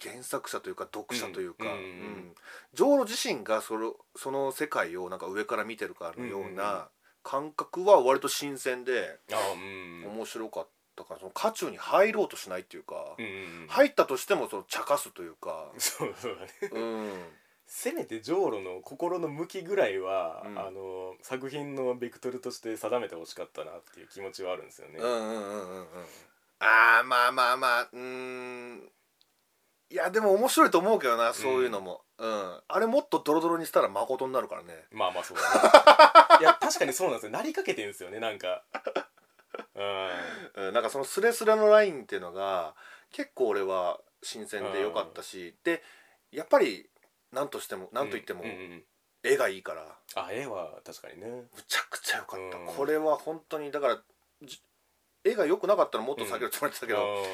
原作者というか読者というか、
うんうん
ジョーロ自身がそのその世界をなんか上から見てるかのような感覚は割と新鮮で
ああうん
面白かったからその渦中に入ろうとしないっていうか、
うんうん
入ったとしてもその茶化すというか
[laughs] そうそうだね
うん
せめてジョーロの心の向きぐらいは、
うん
あの作品のベクトルとして定めてほしかったなっていう気持ちはあるんですよね。
うんうんうんうんうんああまあまあまあうーんいやでも面白いと思うけどなそういうのも、うんあれもっとドロドロにしたら誠になるからね
まあまあそうだ
[laughs]
ね。いや確かにそうなんですよ。なりかけてるんですよねなんか。うん。
うん、なんかそのスレスレのラインっていうのが結構俺は新鮮で良かったし、でやっぱり何としても何と言っても
うんうんうん
絵がいいから
あ絵は確かにね。
むちゃくちゃ良かった、
うん
これは本当にだからじ絵が良くなかったらもっと下げるつもりだったけど、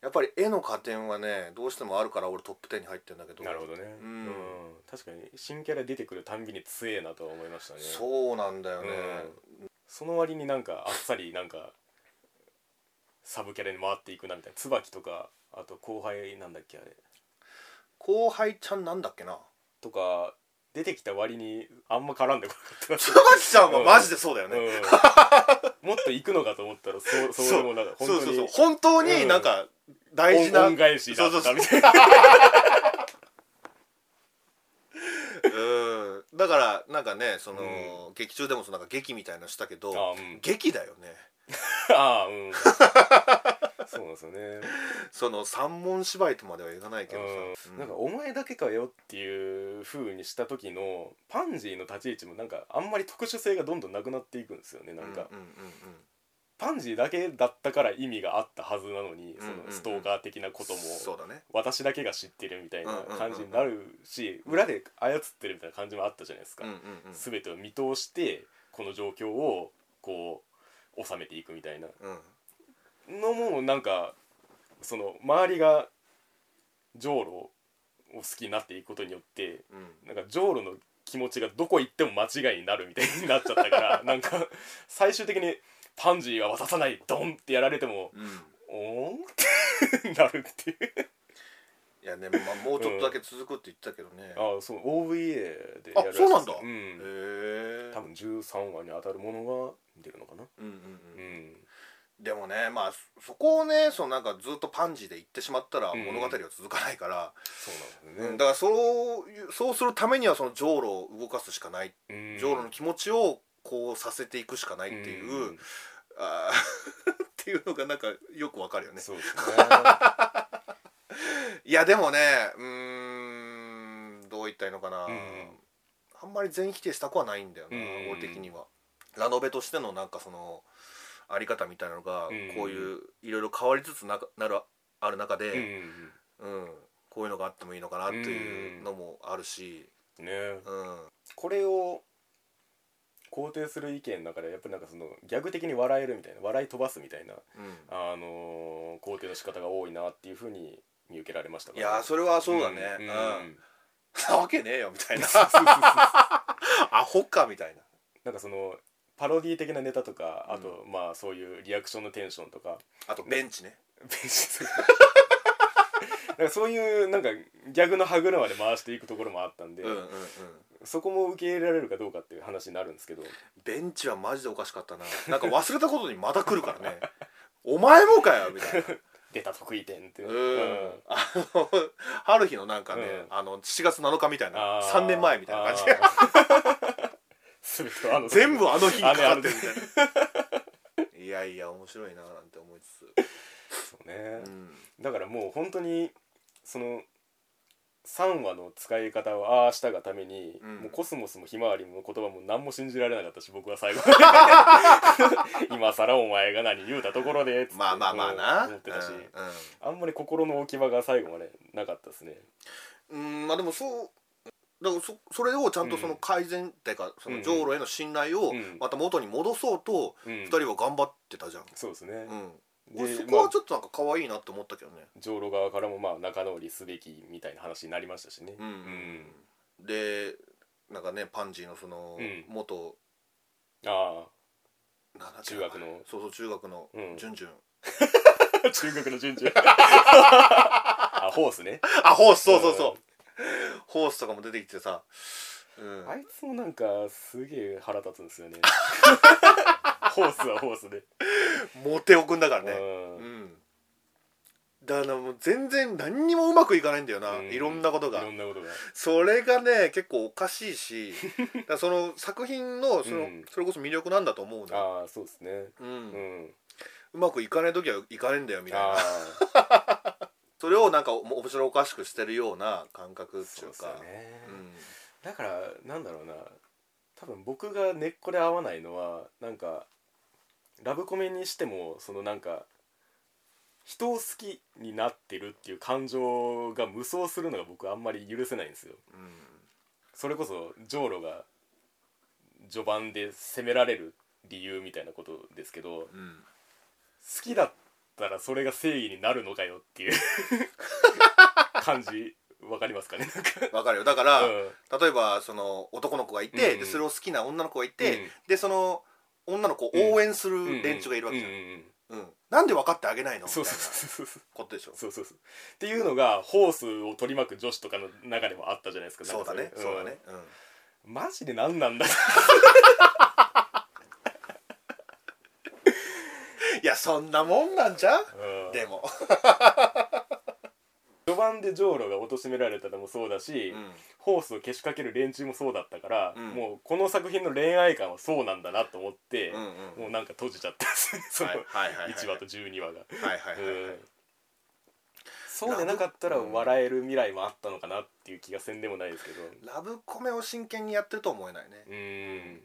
やっぱり絵の加点はねどうしてもあるから俺トップ10に入ってるんだけ
う
ど
んなるほどね。
う
うんん。確かに新キャラ出てくるたんびに強えなとは思いましたね。
そうなんだよね、
うんその割になんかあっさりなんかサブキャラに回っていくなみたいな椿とかあと後輩なんだっけあれ
後輩ちゃんなんだっけな [laughs]
とか出てきた割にあんま絡んでこなかっ
つばきちゃんは
うん
マジでそうだよ
た、
ね、 [laughs]
うん、もっと行くのかと思ったらそうそうでもなんか
そう
本当
そうそう
に
本当になんか大事な、
恩返しだったみたいな
うんだからなんかねその、
う
劇中でもそのなんか劇みたいなのしたけど
あーうん
劇だよね
[laughs] あーうんそうなんですよね
その三文芝居とまではいかないけどさ、
なんか「お前だけかよ」っていう風にした時のパンジーの立ち位置もなんかあんまり特殊性がどんどんなくなっていくんですよねなんか、
うんうんうん
パンジーだけだったから意味があったはずなのにそ
うんうんう
の
ん
ストーカー的な
う
こ
ん
とも
そうだね
私だけが知ってるみたいな感じになるし裏で操ってるみたいな感じもあったじゃないですか
うんうんうん
全てを見通してこの状況をこう収めていくみたいな
うん
のもなんかその周りがジョーロを好きになっていくことによって
うん
なんかジョーロの気持ちがどこ行っても間違いになるみたいになっちゃったから [laughs] なんか最終的にパンジーは渡さないドンってやられても
うん
おーんってなるっていう
いいやね、まあ、もうちょっとだけ続くって言ってたけどね、へ
ああそう OVA でやるらしいです
あそうなんだ
うん
え
多分13話に当たるものが出るのかな
うんうん
う
うん
ん
でもねまあそそこをねそのなんかずっとパンジで言ってしまったら
うん
物語は続かないから、
そうなん
うん
だ
だからそういうそうするためにはそのジョーロを動かすしかない、
ね
ジョーロの気持ちをこうさせていくしかないっていう、
うん
あー [laughs] っていうのがなんかよくわかるよね
そうですね
いやでもねうーんどう言ったらいいのかな、
うん
あんまり全否定したくはないんだよな、
うん
俺的にはラノベとしてのなんかそのあり方みたいなのが
うん
こういういろいろ変わりつつなかなるある
[laughs]
中
うん
で、うんこういうのがあってもいいのかなっていうのもあるし、
うんね
うん、
これを肯定する意見の中でやっぱりなんかそのギャグ的に笑えるみたいな笑い飛ばすみたいな
う
あのー肯定の仕方が多いなっていうふうに見受けられました
ん、いやーそれはそうだねうん、なわけねえよみたいな [laughs] アホかみたいな
なんかそのパロディ的なネタとかあと、まあそういうリアクションのテンションと
[laughs]
か
あとベンチね
ベンチする [laughs] なんかそういうなんかギャグの歯車で回していくところもあったんで、
うんうんうん
そこも受け入れられるかどうかっていう話になるんですけど
ベンチはマジでおかしかったななんか忘れたことにまた来るからね [laughs] お前もかよみたいな
出た得意点っていう、
うんあの春日のなんかね、
う
あの7月7日みたいな
あー
3年前みたいな感じで
あー全てはあの
全部あの日にかか
あ
っ
の
て
日
る
に
みたいな [laughs] いやいや面白いななんて思い
そうね
つつ、うん、
だからもう本当にその3話の使い方をああしたがために、
うん
もうコスモスもひまわりも言葉も何も信じられなかったし僕は
[laughs]
最後今更お前が何言うたところでっつって
まあまあまあな、
うん思ってたし、
うんうん
あんまり心の置き場が最後までなかったですね
うんまあでもそうだからそそれをちゃんとその改善っていうか、そのジョーロへの信頼を
うん
また元に戻そうと
うん
二人は頑張ってたじゃん、
そうですね、
うん
で
俺そこ
ま
は
あ
ちょっとなんか可愛いなって思ったけどね、
上路側からもまあ仲直りすべきみたいな話になりましたしね
うんでなんかねパンジーのその
うん
元、
あ
なんだっけ
中学の
そうそう中学の
うん
ジュンジュン、
あ [laughs] 中学の順々あホースね
あホースそうそうそう、ホースとかも出てきてさ、うん
あいつもなんかすげえ腹立つんですよ [laughs] ねホースはホースで、
モテオくんだから
う
ね
ん
うん、だからもう全然何にもうまくいかないんだよな、
うん
いろんなことが
いろんなことが
それがね結構おかしいし [laughs] だからその作品のその、
うん
それこそ魅力なんだと思うのよ
ああそうですね
うん
うん、
うまくいかない時はいかねえんだよみたい
あ
な
あ
それをなんかお面白おかしくしてるような感覚ってい
そう
う
ですよ
か
ね、
うん
だからなんだろうな多分僕が根っこで合わないのはなんかラブコメにしてもそのなんか人を好きになってるっていう感情が無双するのが僕あんまり許せないんですよ
う
それこそジョーロが序盤で責められる理由みたいなことですけど好
んうん
きだったらそれが正義になるのかよっていう感じわかりますかねなんか
わかるよだから、
うん
例えばその男の子がいて、
うんう
で
ん
それを好きな女の子がい
うん
て、でその女の子を応援する連中がいるわけじゃん、
う
うん
うんうんうん
んなんで分かってあげないのみた
そ
いうな
そうそうそう
ことでしょ
そうそうそうっていうのがホースを取り巻く女子とかの中でもあったじゃないですか
そうだね
なんか
そう
れ
だね、うん
うんマジで何なんだ
いやそんなもんなんじゃん
うん
でも、
序盤でジョーロが貶められたのもそうだし、
うん
ホースをけしかける連中もそうだったから、
うん
もうこの作品の恋愛観はそうなんだなと思って、
うんうん
もうなんか閉じちゃったんですねその
はいはいはいはい
1話と12話が、
はいはいはい
う
はい
んそうでなかったら笑える未来もあったのかなっていう気がせんでもないですけど
ラブコメを真剣にやってるとは思えないね
うーん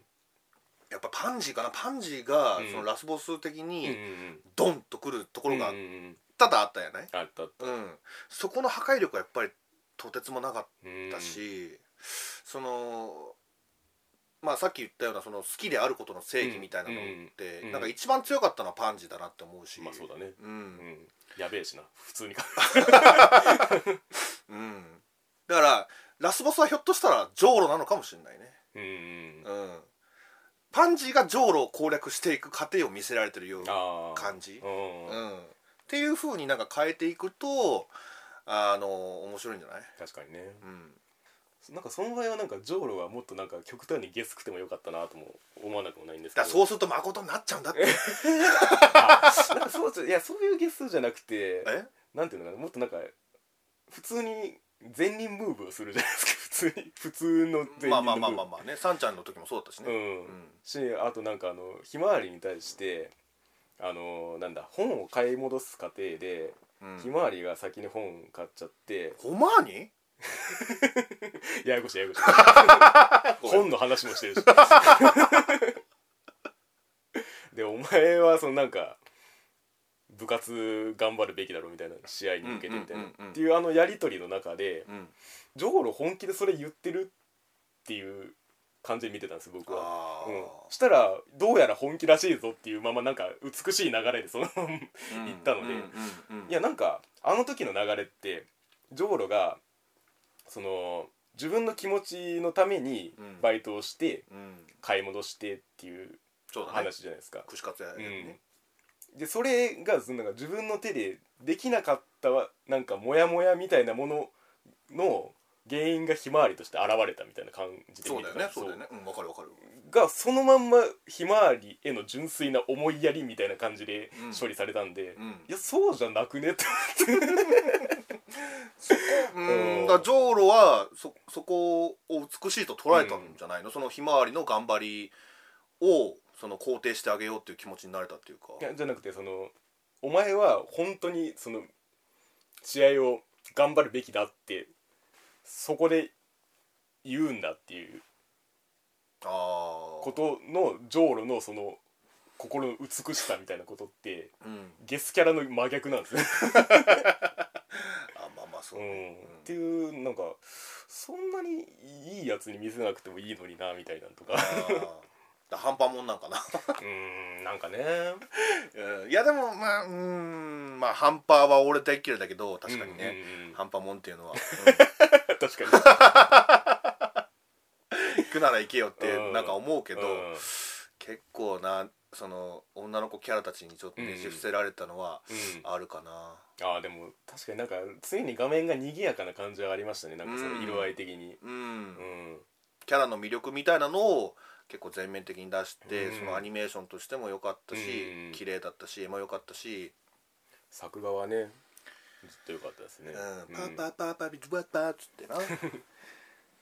やっぱパンジーかなパンジーが
うん
そのラスボス
う
的
んうん
に
うん
ドンとくるところが
うんうんうん
多々あったじゃない、
あったあった
うん、そこの破壊力はやっぱりとてつもなかった
うん
だし、そのまあさっき言ったようなその好きであることの正義みたいなのって、
うんうん
なんか一番強かったのはパンジーだなって思うし、
まあそうだね
う、
うんんやべえしな普通に考
うん、だからラスボスはひょっとしたらジョーロなのかもしれないね、
え [laughs] うんうん
うん、パンジーがジョーロを攻略していく過程を見せられてるような
ああ
感じ
うん
うん、っていう風になんか変えていくとあの面白いんじゃない
確かにね
うん
なんかその場合はなんかジョーロがもっとなんか極端にゲスくてもよかったなとも思わなくもないんですけ
だ
ど
からそうすると誠になっち
[laughs]
ゃうんだって
なんかそうじゃいやそういうゲスじゃなくて
え
なんていうのかなもっとなんか普通に善人ムーブをするじゃないですか [laughs] 普通に普通の善人
ま
の
あ
ムーブ
まあまあまあまあねさんちゃんの時もそうだったし
う
ね
ん、
うん
しあとなんかあのひまわりに対してあのなんだ本を買い戻す過程で、
うん
ひまわりが先に本買っちゃって
ホマーニ
ややこしいややこしい
[laughs]
本の話もしてるしでお前はそのなんか部活頑張るべきだろみたいな試合に向けてみたいな
うんうんうんうん
っていうあのやり取りの中で
うん
ジョーロ本気でそれ言ってるっていう感じで見てたんです僕は。
あ
うん
あ、
したらどうやら本気らしいぞっていうままなんか美しい流れでその
う
行
ん
ったので
うんうんうん
いやなんかあの時の流れってジョーロがその自分の気持ちのために
うん
バイトをして
うん
買い戻してっていう
そうだね
話じゃないですか。
串カツ屋でね
うん、でそれがそのなんか自分の手でできなかったわなんかモヤモヤみたいなものの原因がひまわりとして現れたみたいな感じで
そう
見て
だよ
たん
ね
です
そうだよねうんわかるわかる
がそのまんまひまわりへの純粋な思いやりみたいな感じで
うん
処理されたんで、
うん
いやそうじゃなくねって
うんだからジョーロはそそこを美しいと捉えたんじゃないの、そのひまわりの頑張りをその肯定してあげようっていう気持ちになれたっていうか
いやじゃなくてそのお前は本当にその試合を頑張るべきだってそこで言うんだっていう
ああ
ことのジョーロのその心の美しさみたいなことって
うん
ゲスキャラの真逆なんですね
あまあまあそう
う
ね、
ん、っ
うん
ていうなんかそんなにいいやつに見せなくてもいいのになみたいなのと
あ
か
[laughs] ーだから半端もんなんかな
うんなんかね
[laughs] うんいやでもまあうんまあ半端は俺大嫌いだけど確かにね、
うんうんうん
半端もんっていうの [laughs] は、
確かに
うん行くなら行けよって
うん
なんか思うけど、
うん
結構なその女の子キャラたちにちょっとねじ伏せられたのは
うん
あるかな、
ああでも確かになんかついに画面が賑やかな感じはありましたねなんかその色合い的に
うん
うん
キャラの魅力みたいなのを結構全面的に出して、
うん
そのアニメーションとしても良かったし、
うん
綺麗だったし絵も良かったし
作画はねずっと良かったです
「う
ね
ん、
うん
パーパーパーパービズバッパー」っつってな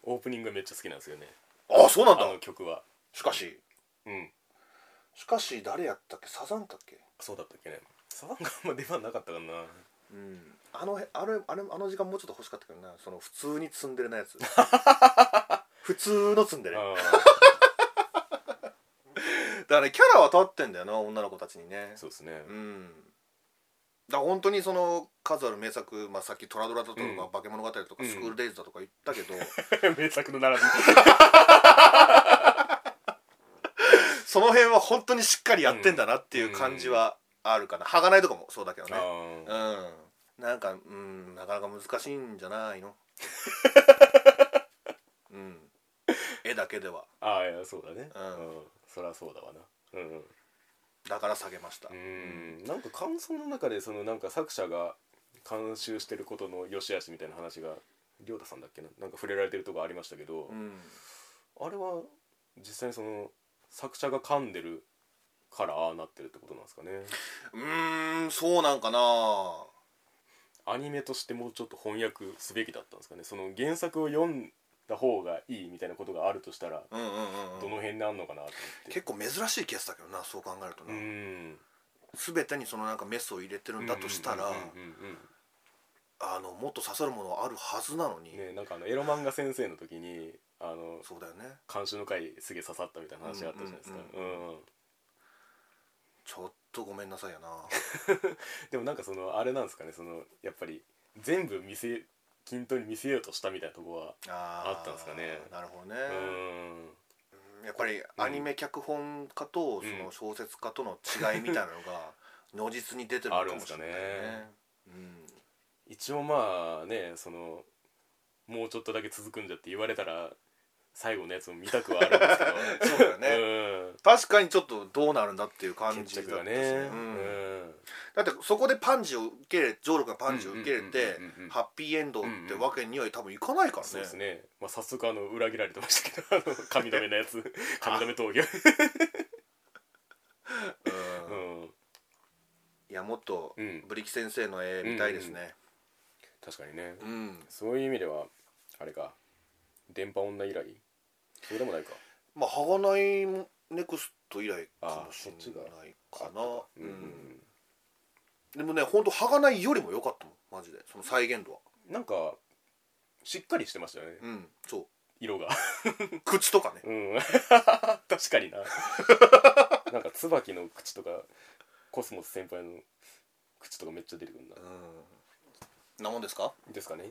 オープニングめっちゃ好きなんですよね
あそうなん
あ
だ
の曲は
しかし
うん
しかし誰やったっけサザンだっけ
そうだったっけねサバンがあんま出番なかったかな
うんあのへあれあれあの時間もうちょっと欲しかったけどなその普通にツンデレな
[laughs]
やつ普通のツンデレだか
あ
らねキャラは立ってんだよな女の子たちにね
あそうですね
うんだから本当にその数ある名作、まあ、さっき「トラドラ」だとか
うん
化け物語」とか「
うん
スクールデイズ」だとか言ったけど、
[laughs] 名作の並び
その辺は本当にしっかりやってんだなっていう感じはあるかな「ないとかもそうだけどね
あ
う
あ
んなんかうんなかなか難しいんじゃな
[laughs]
いのうん絵だけでは
ああいやそうだね
うん
そりゃそうだわなうん
だから下げました
うんなんか感想の中でそのなんか作者が監修してることの良し悪しみたいな話が亮太さんだっけななんか触れられてるとこありましたけど、
うん
あれは実際にその作者が噛んでるからああなってるってことなんですかね
うーんそうなんかな
アニメとしてもうちょっと翻訳すべきだったんですかねその原作を読んだ方がいいみたいなことがあるとしたら
うんうんうん
ど
うん
の辺にあんのかなと思って
結構珍しいケースだけどなそう考えると
う
な、
ん
全てにそのなんかメスを入れてるんだとしたら、
うんうんうんうん
あのもっと刺さるものはあるはずなのに、
ねなんかあのエロ漫画先生の時にあの
そうだよね
監修の回すげえ刺さったみたいな話があったじゃないですか
う
うん
うんちょっとごめんなさいやな
でもなんかそのあれなんですかねそのやっぱり全部見せ均等に見せようとしたみたいなとこは
あ
[laughs]
ー
あったんすかね
なるほどね、
うん
やっぱりアニメ脚本家とその小説家との違いみたいなのが如実に出てるのかもしれないね
一応まあねそのもうちょっとだけ続くんじゃって言われたら最後のやつも見たくはあるんです [laughs] けど
そうだよね、
うん
確かにちょっとどうなるんだっていう感じ
決
だっ
着
た
が
し
ね、
う
うんん
だってそこでパンジを受け入れジョーロがパンジを受け入れて
うんうんうんうんうん
ハッピーエンドってわけには多分いかないからね
そうですね、まあ、早速あの裏切られてましたけどあの髪留めのやつ [laughs] 髪留め峠、
うん
うん、
いやもっと
うん
ブリキ先生の絵見たいですね
確かにね
うん
そういう意味ではあれか電波女以来そうでもないか
まあ「はがないネクスト」以来か
あ
も
ー
し
そ
れ
っちが
ないかな
うん、
うんでもね本当はがないよりも良かったもんマジでその再現度は
なんかしっかりしてましたよね
うんそ
色が
う口とかね
うん [laughs] 確かにななんか椿の口とかコスモス先輩の口とかめっちゃ出てくるな
うんなもんですか
ですかね